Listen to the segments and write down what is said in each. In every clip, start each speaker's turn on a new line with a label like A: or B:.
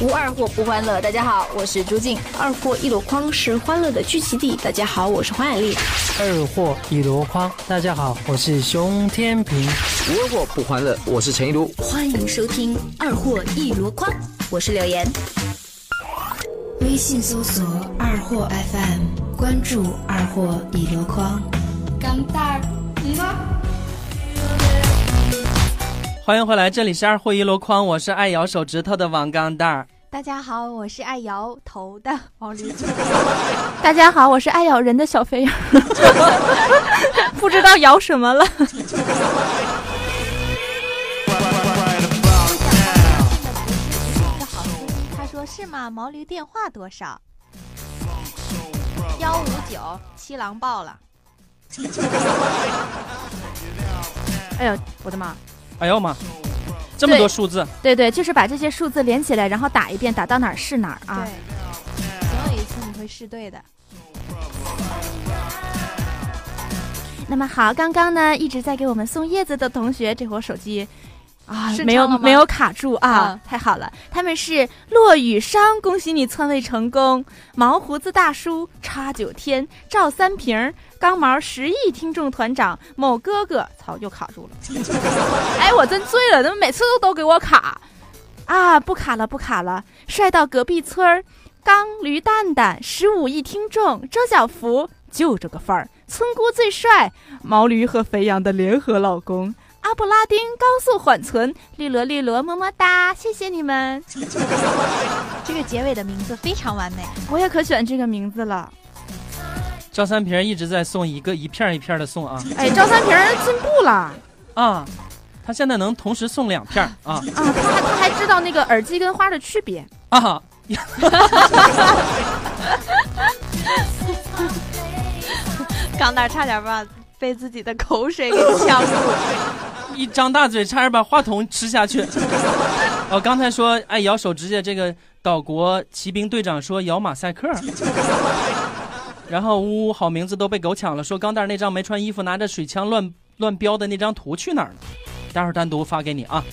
A: 无二货不欢乐。大家好，我是朱静。二货一箩筐是欢乐的聚集地。大家好，我是黄雅莉。
B: 二货一箩筐，大家好，我是熊天平。
C: 无二货不欢乐，我是陈一如。
D: 欢迎收听《二货一箩筐》，
A: 我是柳岩。
D: 微信搜索“二货 FM”，关注“二货一箩筐”。
E: 干蛋儿，
B: 欢迎回来，这里是二货一箩筐，我是爱咬手指头的王钢蛋儿。
F: 大家好，我是爱摇头的王林。
G: 大家好，我是爱咬人的 小肥羊，不知道咬什么了。
F: 个好声音，他说是吗？毛驴电话多少？幺五九，七郎报了。
G: 哎呦，我的妈！
B: 哎呦妈，这么多数字，
G: 对对，就是把这些数字连起来，然后打一遍，打到哪儿是哪儿啊。
F: 对，总有一次你会试对的。
G: 那么好，刚刚呢一直在给我们送叶子的同学，这会儿手机啊
F: 顺畅
G: 没有
F: 了吗
G: 没有卡住啊，
F: 啊
G: 太好了。他们是骆雨商，恭喜你篡位成功；毛胡子大叔、叉九天、赵三平儿、刚毛十亿听众团长、某哥哥，操又卡住 了。哎，我真醉了，怎么每次都都给我卡？啊，不卡了，不卡了，帅到隔壁村儿。刚驴蛋蛋十五亿听众，周小福就这个范儿，村姑最帅，毛驴和肥羊的联合老公。阿布拉丁高速缓存，绿萝绿萝么么哒，谢谢你们！
F: 这个结尾的名字非常 完美。
G: 我也可喜欢这个名字了。
B: 赵三平一直在送一个一片儿一片的送啊
G: 哎，赵三平儿进步了啊！
B: 啊，他现在能同时送两片儿啊
G: 他还他还知道那个耳机跟花的区别。
B: 啊！
F: 钢蛋儿差点把被自己的口水给呛住。
B: 一张大嘴，差点把话筒吃下去。哦，刚才说爱咬手指甲这个岛国骑兵队长说咬马赛克，然后呜呜好名字都被狗抢了，说钢蛋儿那张没穿衣服拿着水枪乱乱飙的那张图去哪儿了？待会儿单独发给你啊。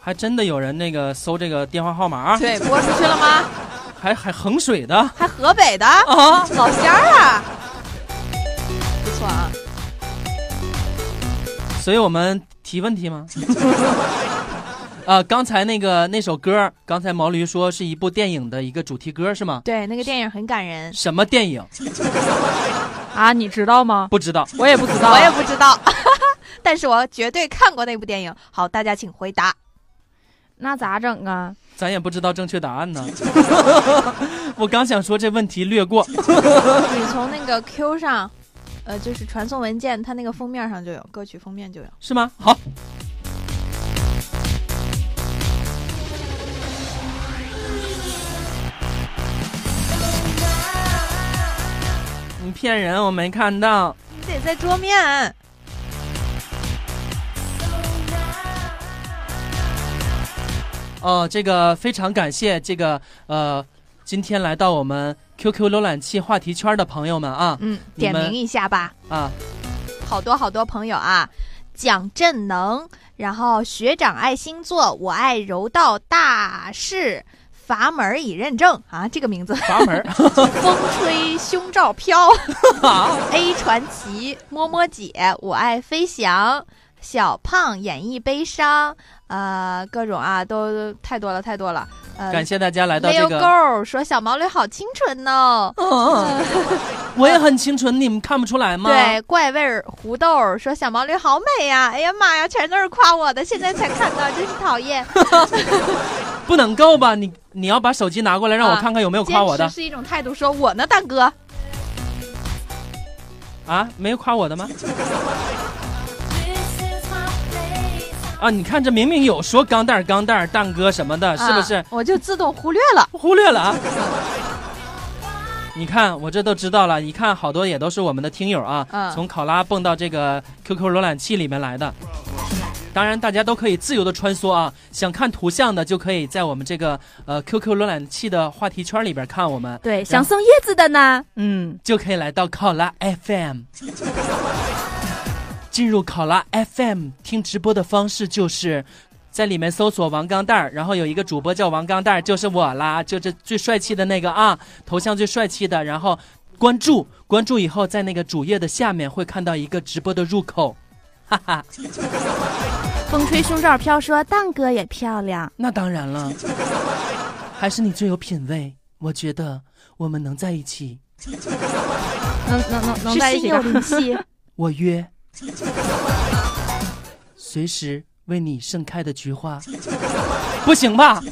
B: 还真的有人那个搜这个电话号码啊，
F: 对，播出去了吗？
B: 还还衡水的
F: 还河北的
B: 啊。
F: 老乡儿啊，哦不错啊。
B: 所以我们提问题吗？ 啊，刚才那个那首歌，刚才毛驴说是一部电影的一个主题歌是吗？
F: 对，那个电影很感人，
B: 什么电影？
G: 啊，你知道吗？
B: 不知道。
G: 我也不知道
F: 我也不知道， 但是我绝对看过那部电影。好，大家请回答。
G: 那咋整啊？
B: 咱也不知道正确答案呢。 我刚想说这问题略过。
F: 你从那个 Q 上，呃，就是传送文件，它那个封面上就有，歌曲封面就有。
B: 是吗？好。你骗人，我没看到。
F: 你得在桌面。
B: 哦，这个非常感谢这个呃，今天来到我们 QQ 浏览器话题圈的朋友们啊
F: 嗯，
B: 你
F: 点
B: 们
F: 名一下吧，
B: 啊，
F: 好多好多朋友啊，蒋振能，然后学长爱星座，我爱柔道大事。阀门已认证啊，这个名字。
B: 阀门 儿
F: 风吹胸罩 飘，A 传奇，摸摸姐，我爱飞翔，小胖演绎悲伤，呃，各种啊，都太多了，太多了。呃，
B: 感谢大家来到这
F: Leo
B: 个，
F: Go 说小毛驴好清纯哦。
B: 嗯嗯我也很清纯，你们看不出来吗？
F: 对，怪味儿胡豆儿说小毛驴好美呀、哎呀妈呀，全都是夸我的，现在才看 到，真是讨厌。
B: 不能够吧？你你要把手机拿过来，让我
F: 啊
B: 看看有没有夸我
F: 坚持
B: 的
F: 是一种态度，说我呢，大哥，
B: 啊？没有夸我的吗？啊，你看这明明有说钢蛋儿、钢蛋儿、蛋哥什么的，是不是
F: 啊？我就自动忽略了。
B: 忽略了啊。你看，我这都知道了。一看，好多也都是我们的听友啊，
F: 嗯
B: 从考拉蹦到这个 QQ 浏览器里面来的。当然，大家都可以自由的穿梭啊，想看图像的就可以在我们这个呃 QQ 浏览器的话题圈里边看我们，
G: 对，想送叶子的呢？嗯，
B: 就可以来到考拉 FM。进入考拉 FM 听直播的方式就是。在里面搜索王钢蛋儿，然后有一个主播叫王钢蛋儿，就是我啦，就这最帅气的那个啊，头像最帅气的，然后关注关注以后，在那个主页的下面会看到一个直播的入口，哈哈，
G: 风吹胸罩飘说：“蛋哥也漂亮。
B: 那当然了，还是你最有品位，我觉得我们能在一起，
F: 能能能”能
G: 是
F: 在一
G: 心
F: 起
G: 有
F: 干
G: 灵犀。
B: 我约，随时为你盛开的菊花，不行吧？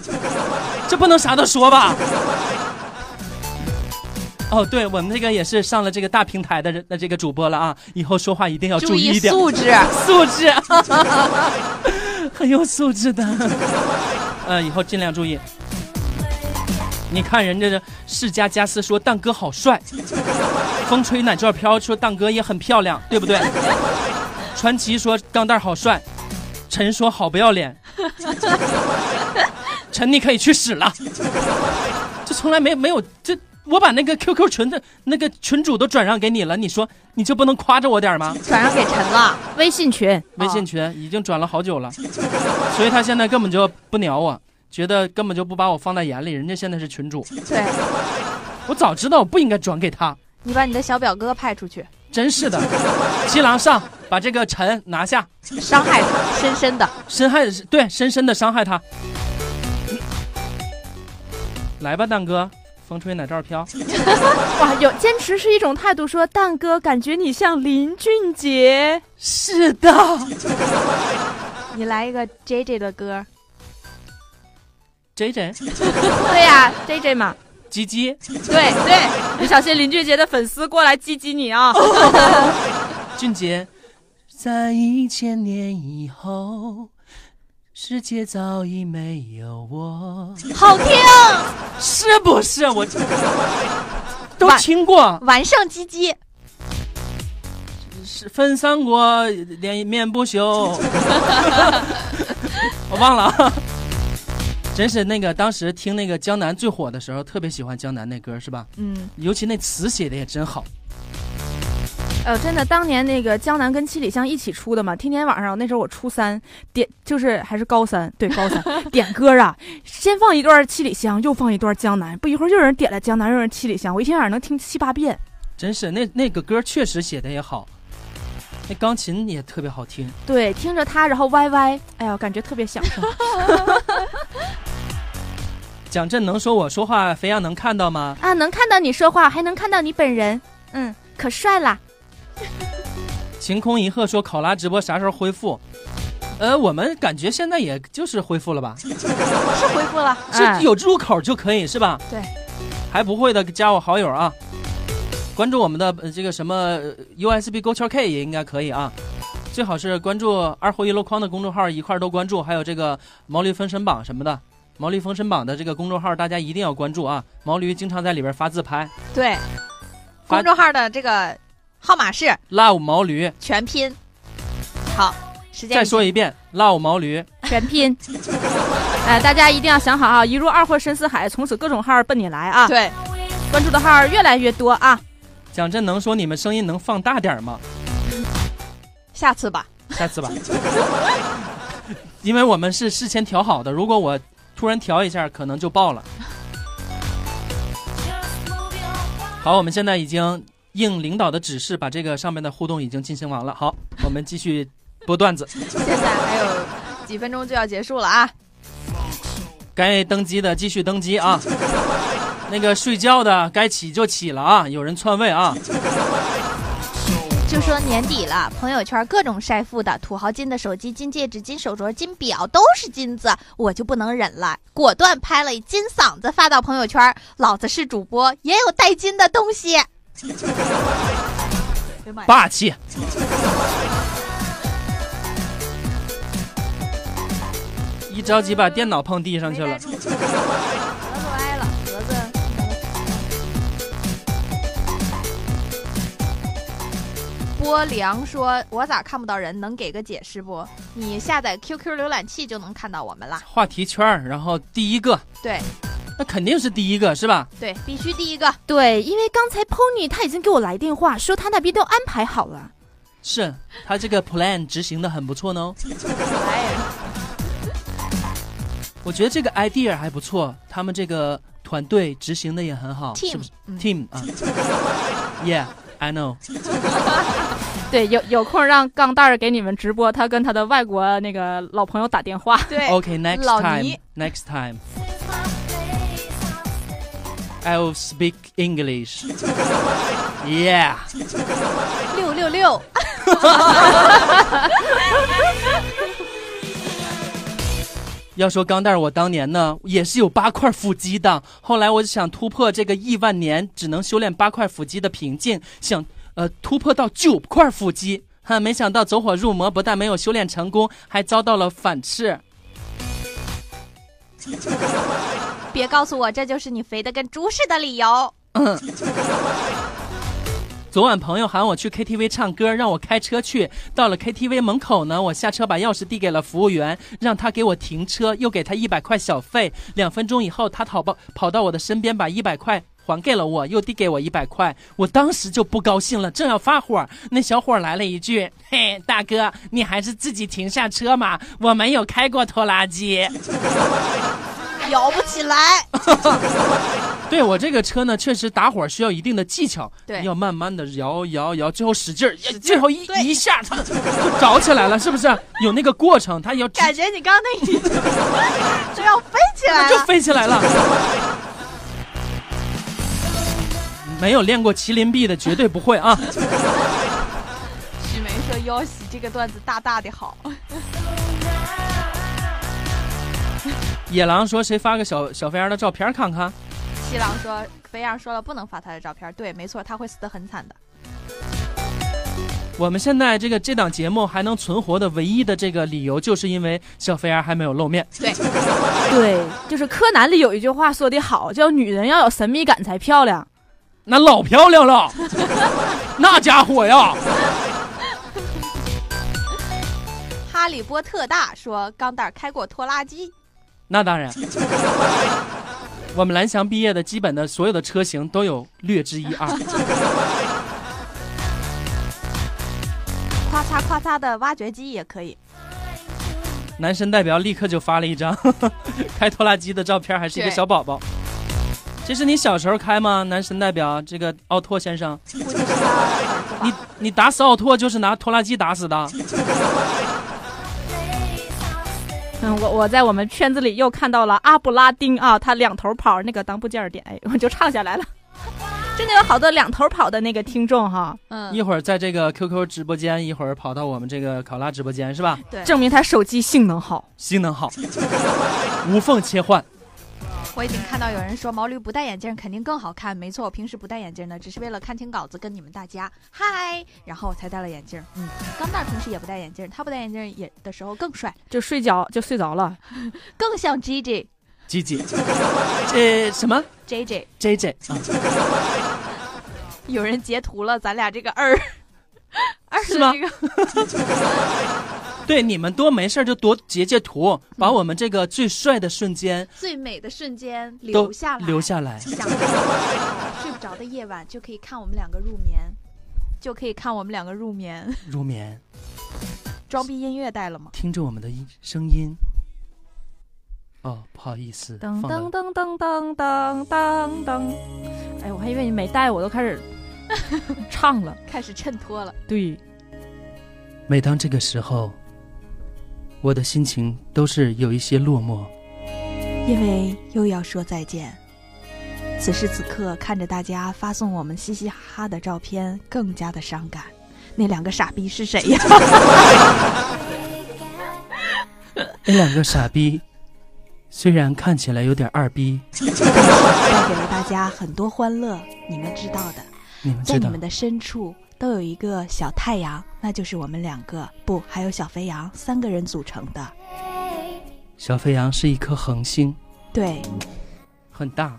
B: 这不能啥都说吧？哦，对，我们那个也是上了这个大平台的人的这个主播了啊，以后说话一定要注意一点，
F: 素质。
B: 素质， 很有素质的。呃，以后尽量注意。你看人家这世家家私说蛋哥好帅，风吹奶罩飘说蛋哥也很漂亮，对不对？传奇说钢蛋儿好帅，陈说好不要脸，陈你可以去死了。这从来没没有这，我把那个 QQ 群的那个群主都转让给你了，你说你就不能夸着我点儿吗？
F: 转让给陈了，
G: 微信群，
B: 微信群已经转了好久了，所以他现在根本就不鸟我，觉得根本就不把我放在眼里。人家现在是群主，
F: 对
B: 我早知道我不应该转给他，
F: 你把你的小表哥派出去，
B: 真是的。七郎上，把这个陈拿下，
F: 伤害他，深深的。
B: 深害对深深的伤害他。来吧，蛋哥，风吹奶罩飘，
G: 哇，有坚持是一种态度。说蛋哥，感觉你像林俊杰。
B: 是的，
F: 你来一个 J J 的歌，
B: J J
G: 对呀、j J 嘛，
B: 鸡鸡，
F: 对对，
G: 你小心林俊杰的粉丝过来激激你啊！
B: 俊杰，在一千年以后，世界早已没有我。
F: 好听，
B: 是不是？我 都
F: 晚
B: 听过，
F: 晚上唧唧，
B: 是分三国，脸面不朽。 我忘了啊，真是那个当时听那个江南最火的时候，特别喜欢江南那歌，是吧？
G: 嗯，
B: 尤其那词写的也真好。
G: 呃，真的，当年那个江南跟七里香一起出的嘛，天天晚上那时候我初三点，就是还是高三，对高三点歌啊，先放一段七里香，又放一段江南，不一会儿又有人点了江南，又有人七里香，我一天晚上能听七八遍。
B: 真是那那个歌确实写的也好，那钢琴也特别好听。
G: 对，听着它，然后歪歪，哎呀，感觉特别享受。
B: 蒋震能说我说话肥羊能看到吗？
G: 啊，能看到你说话，还能看到你本人，嗯，可帅啦！
B: 晴空一鹤说考拉直播啥时候恢复？呃，我们感觉现在也就是恢复了吧。
F: 是回复了，
G: 哎
B: 是有入口就可以是吧？
F: 对，
B: 还不会的加我好友啊，关注我们的、呃这个什么呃 USB 勾圈 K 也应该可以啊，最好是关注二货一箩筐的公众号一块儿都关注，还有这个毛驴封神榜什么的。毛驴封神榜的这个公众号，大家一定要关注啊！毛驴经常在里边发自拍
F: 对。
B: 发
F: 公众号的这个号码是
B: ，love 毛驴。
F: 全拼。好，时间
B: 再说一遍，love 毛驴。
G: 啊全 拼。哎，大家一定要想好啊！一入二货深似海，从此各种号奔你来啊！
F: 对，
G: 关注的号越来越多啊！
B: 蒋振能说：“你们声音能放大点儿吗？
F: 下次吧。
B: 下次吧，因为我们是事先调好的，如果我突然调一下，可能就爆了。好，我们现在已经应领导的指示，把这个上面的互动已经进行完了。好，我们继续播段子。
F: 现在还有几分钟就要结束了啊！
B: 该登机的继续登机啊，那个睡觉的该起就起了啊，有人篡位啊。
F: 就说年底了，朋友圈各种晒富的，土豪金的手机、金戒指、金手镯、金表都是金子，我就不能忍了，果断拍了金嗓子发到朋友圈。老子是主播，也有带金的东西。哎呀妈呀！
B: 霸气。一着急把电脑碰地上去了。
F: 波良说：“我咋看不到人？能给个解释不？你下载 QQ 浏览器就能看到我们啦。
B: 话题圈儿，然后第一个，
F: 对
B: 那肯定是第一个是吧？
F: 对，必须第一个。
G: 对，因为刚才 Pony 他已经给我来电话，说他那边都安排好了，
B: 是他这个 plan 执行的很不错呢哦。我觉得这个 idea 还不错，他们这个团队执行的也很好
F: Team，嗯
B: 是不是？team 啊，yeah，I know。
G: 对，有有空让钢蛋儿给你们直播，他跟他的外国那个老朋友打电话。
F: 对
B: OK，next、
F: 老
B: time
F: 倪
B: next time I will speak English. Yeah.
F: 六六六，啊
B: 要说钢蛋儿，我当年呢也是有八块腹肌的。后来我想突破这个亿万年只能修炼八块腹肌的瓶颈，想呃突破到九块腹肌，哈，没想到走火入魔，不但没有修炼成功，还遭到了反噬。
F: 别告诉我这就是你肥的跟猪似的理由。
B: 昨晚朋友喊我去 KTV 唱歌，让我开车去。到了 KTV 门口呢，我下车把钥匙递给了服务员，让他给我停车，又给他一百块小费。两分钟以后，他跑跑跑到我的身边，把一百块还给了我，又递给我一百块。我当时就不高兴了，正要发火，那小伙来了一句：“嘿，大哥，你还是自己停下车嘛，我没有开过拖拉机。”
F: 摇不起来，
B: 对我这个车呢，确实打火需要一定的技巧，
F: 对
B: 要慢慢的摇摇摇，最后使劲儿，最后一一下它就着起来了，是不是？有那个过程，它要直
F: 感觉你刚刚那一就要飞起来
B: 就
F: 了。
B: 飞起来了。没有练过麒麟臂的绝对不会啊！
F: 许梅说：“腰洗这个段子大大的好。
B: 野狼说：“谁发个小小肥羊的照片看看？”
F: 西郎说：“肥羊说了不能发他的照片，对，没错，他会死得很惨的。
B: 我们现在这个这档节目还能存活的唯一的这个理由，就是因为小肥羊还没有露面。
G: 对，就是柯南里有一句话说的好，叫女人要有神秘感才漂亮。
B: 那老漂亮了， 那家伙呀！”
F: 哈利波特大说：“钢蛋儿开过拖拉机，
B: 那当然， 我们蓝翔毕业的基本的所有的车型都有略知一二。
F: 夸嚓夸嚓的挖掘机也可以。
B: 男神代表立刻就发了一张 开拖拉机的照片，还是一个
F: 对
B: 小宝宝。这是你小时候开吗？男神代表这个奥拓先生，
F: 估计是他儿子吧
B: 你你打死奥拓就是拿拖拉机打死的。
G: 嗯，我我在我们圈子里又看到了阿布拉丁啊，他两头跑那个当部件儿点，哎，我就唱下来了。真的有好多两头跑的那个听众哈，
B: 一
F: 嗯，
B: 会儿在这个 QQ 直播间，一会儿跑到我们这个考拉直播间是吧？
G: 证明他手机性能好。
B: 性能好，无缝切换。
F: 我已经看到有人说毛驴不戴眼镜肯定更好看，没错，我平时不戴眼镜的，只是为了看清稿子跟你们大家嗨，然后我才戴了眼镜。嗯，钢蛋儿平时也不戴眼镜，他不戴眼镜也的时候更帅，
G: 就睡觉就睡着了，
F: 更像 J J
B: 吉吉，这什么
F: J J。
B: J J 啊？
F: 有人截图了咱俩这个二二
B: 是
F: 的
B: 吗
F: 这个
B: 对，你们多没事儿就多截截
F: 嗯
B: 图，把我们这个最帅的瞬间
F: 最美的瞬间
B: 都
F: 留下来，
B: 留下来。
F: 想睡觉睡不着的夜晚就可以看我们两个入眠，就可以看我们两个入眠。
B: 入眠，
F: 装逼音乐带了吗？
B: 听着我们的音声音。哦，不好意思，
G: 噔
B: 放
G: 噔
B: 了
G: 噔噔噔噔噔噔，哎，我还以为你没带，我都开始唱了。
F: 开始衬托了，
G: 对，
B: 每当这个时候，我的心情都是有一些落寞。
F: 因为又要说再见。此时此刻，看着大家发送我们嘻嘻哈哈的照片，更加的伤感。那两个傻逼是谁呀？
B: 那哎两个傻 逼，虽然看起来有点二逼，
F: 带给了大家很多欢乐，你们知道的。
B: 你们
F: 在
B: 知
F: 你
B: 道
F: 们？的深处都有一个小太阳，那就是我们两个，不，还有小肥羊三个人组成的。
B: 小肥羊是一颗恒星，
F: 对，
B: 很大。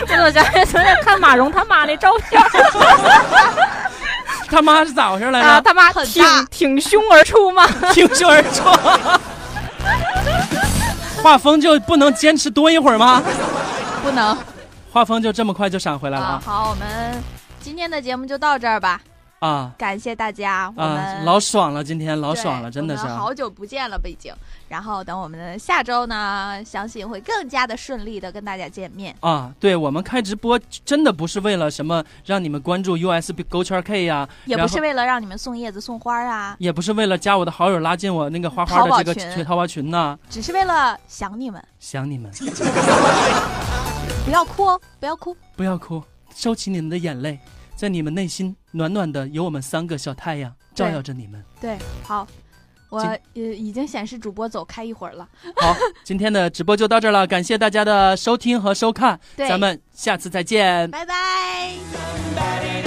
G: 我怎么想起来昨天看马蓉他妈那照片儿
B: 他妈是咋回事来着？
G: 啊？他妈
F: 很
G: 挺
F: 大
G: 挺胸而出嘛。
B: 听胸而出。画风就不能坚持多一会儿吗？
F: 不能
B: 画风就这么快就闪回来了
F: 啊！
B: 啊！
F: 好，我们今天的节目就到这儿吧。
B: 啊
F: 感谢大家，我
B: 啊，
F: 们
B: 老爽了，今天老
F: 对
B: 爽了，真的是啊
F: 我们好久不见了，北京。然后等我们下周呢，相信会更加的顺利的跟大家见面。
B: 啊！对我们开直播真的不是为了什么让你们关注 USB 勾圈 K 呀、
F: 也
B: 然
F: 不
B: 后
F: 是为了让你们送叶子送花啊，
B: 也不是为了加我的好友拉进我那个花花
F: 淘宝
B: 的这个
F: 群
B: 群淘宝群呐、
F: 只是为了想你们。
B: 想你们，
F: 不要哭哦，不要哭。
B: 不要哭，收起你们的眼泪，在你们内心暖暖的有我们三个小太阳照耀着你们。
F: 对，好，我
B: 今
F: 呃已经显示主播走开一会儿了。
B: 好，今天的直播就到这儿了，感谢大家的收听和收看，
F: 对
B: 咱们下次再见。
F: 拜拜。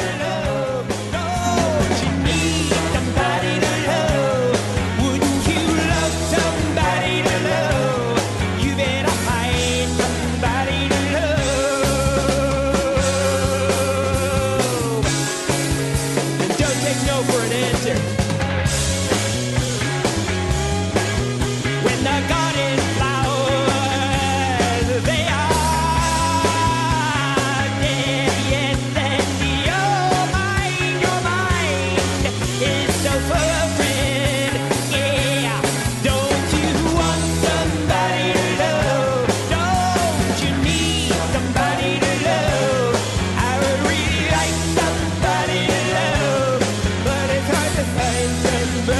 H: Wouldn't you love somebody to love? You better find somebody to love. And don't take no for an answer. When the garden flowers, they are dead. Yes, and your mind, your mind is so full of dread. Yeah, don't you want somebody to love? Don't you need somebody to love? I would really like somebody to love, but it's hard to find somebody.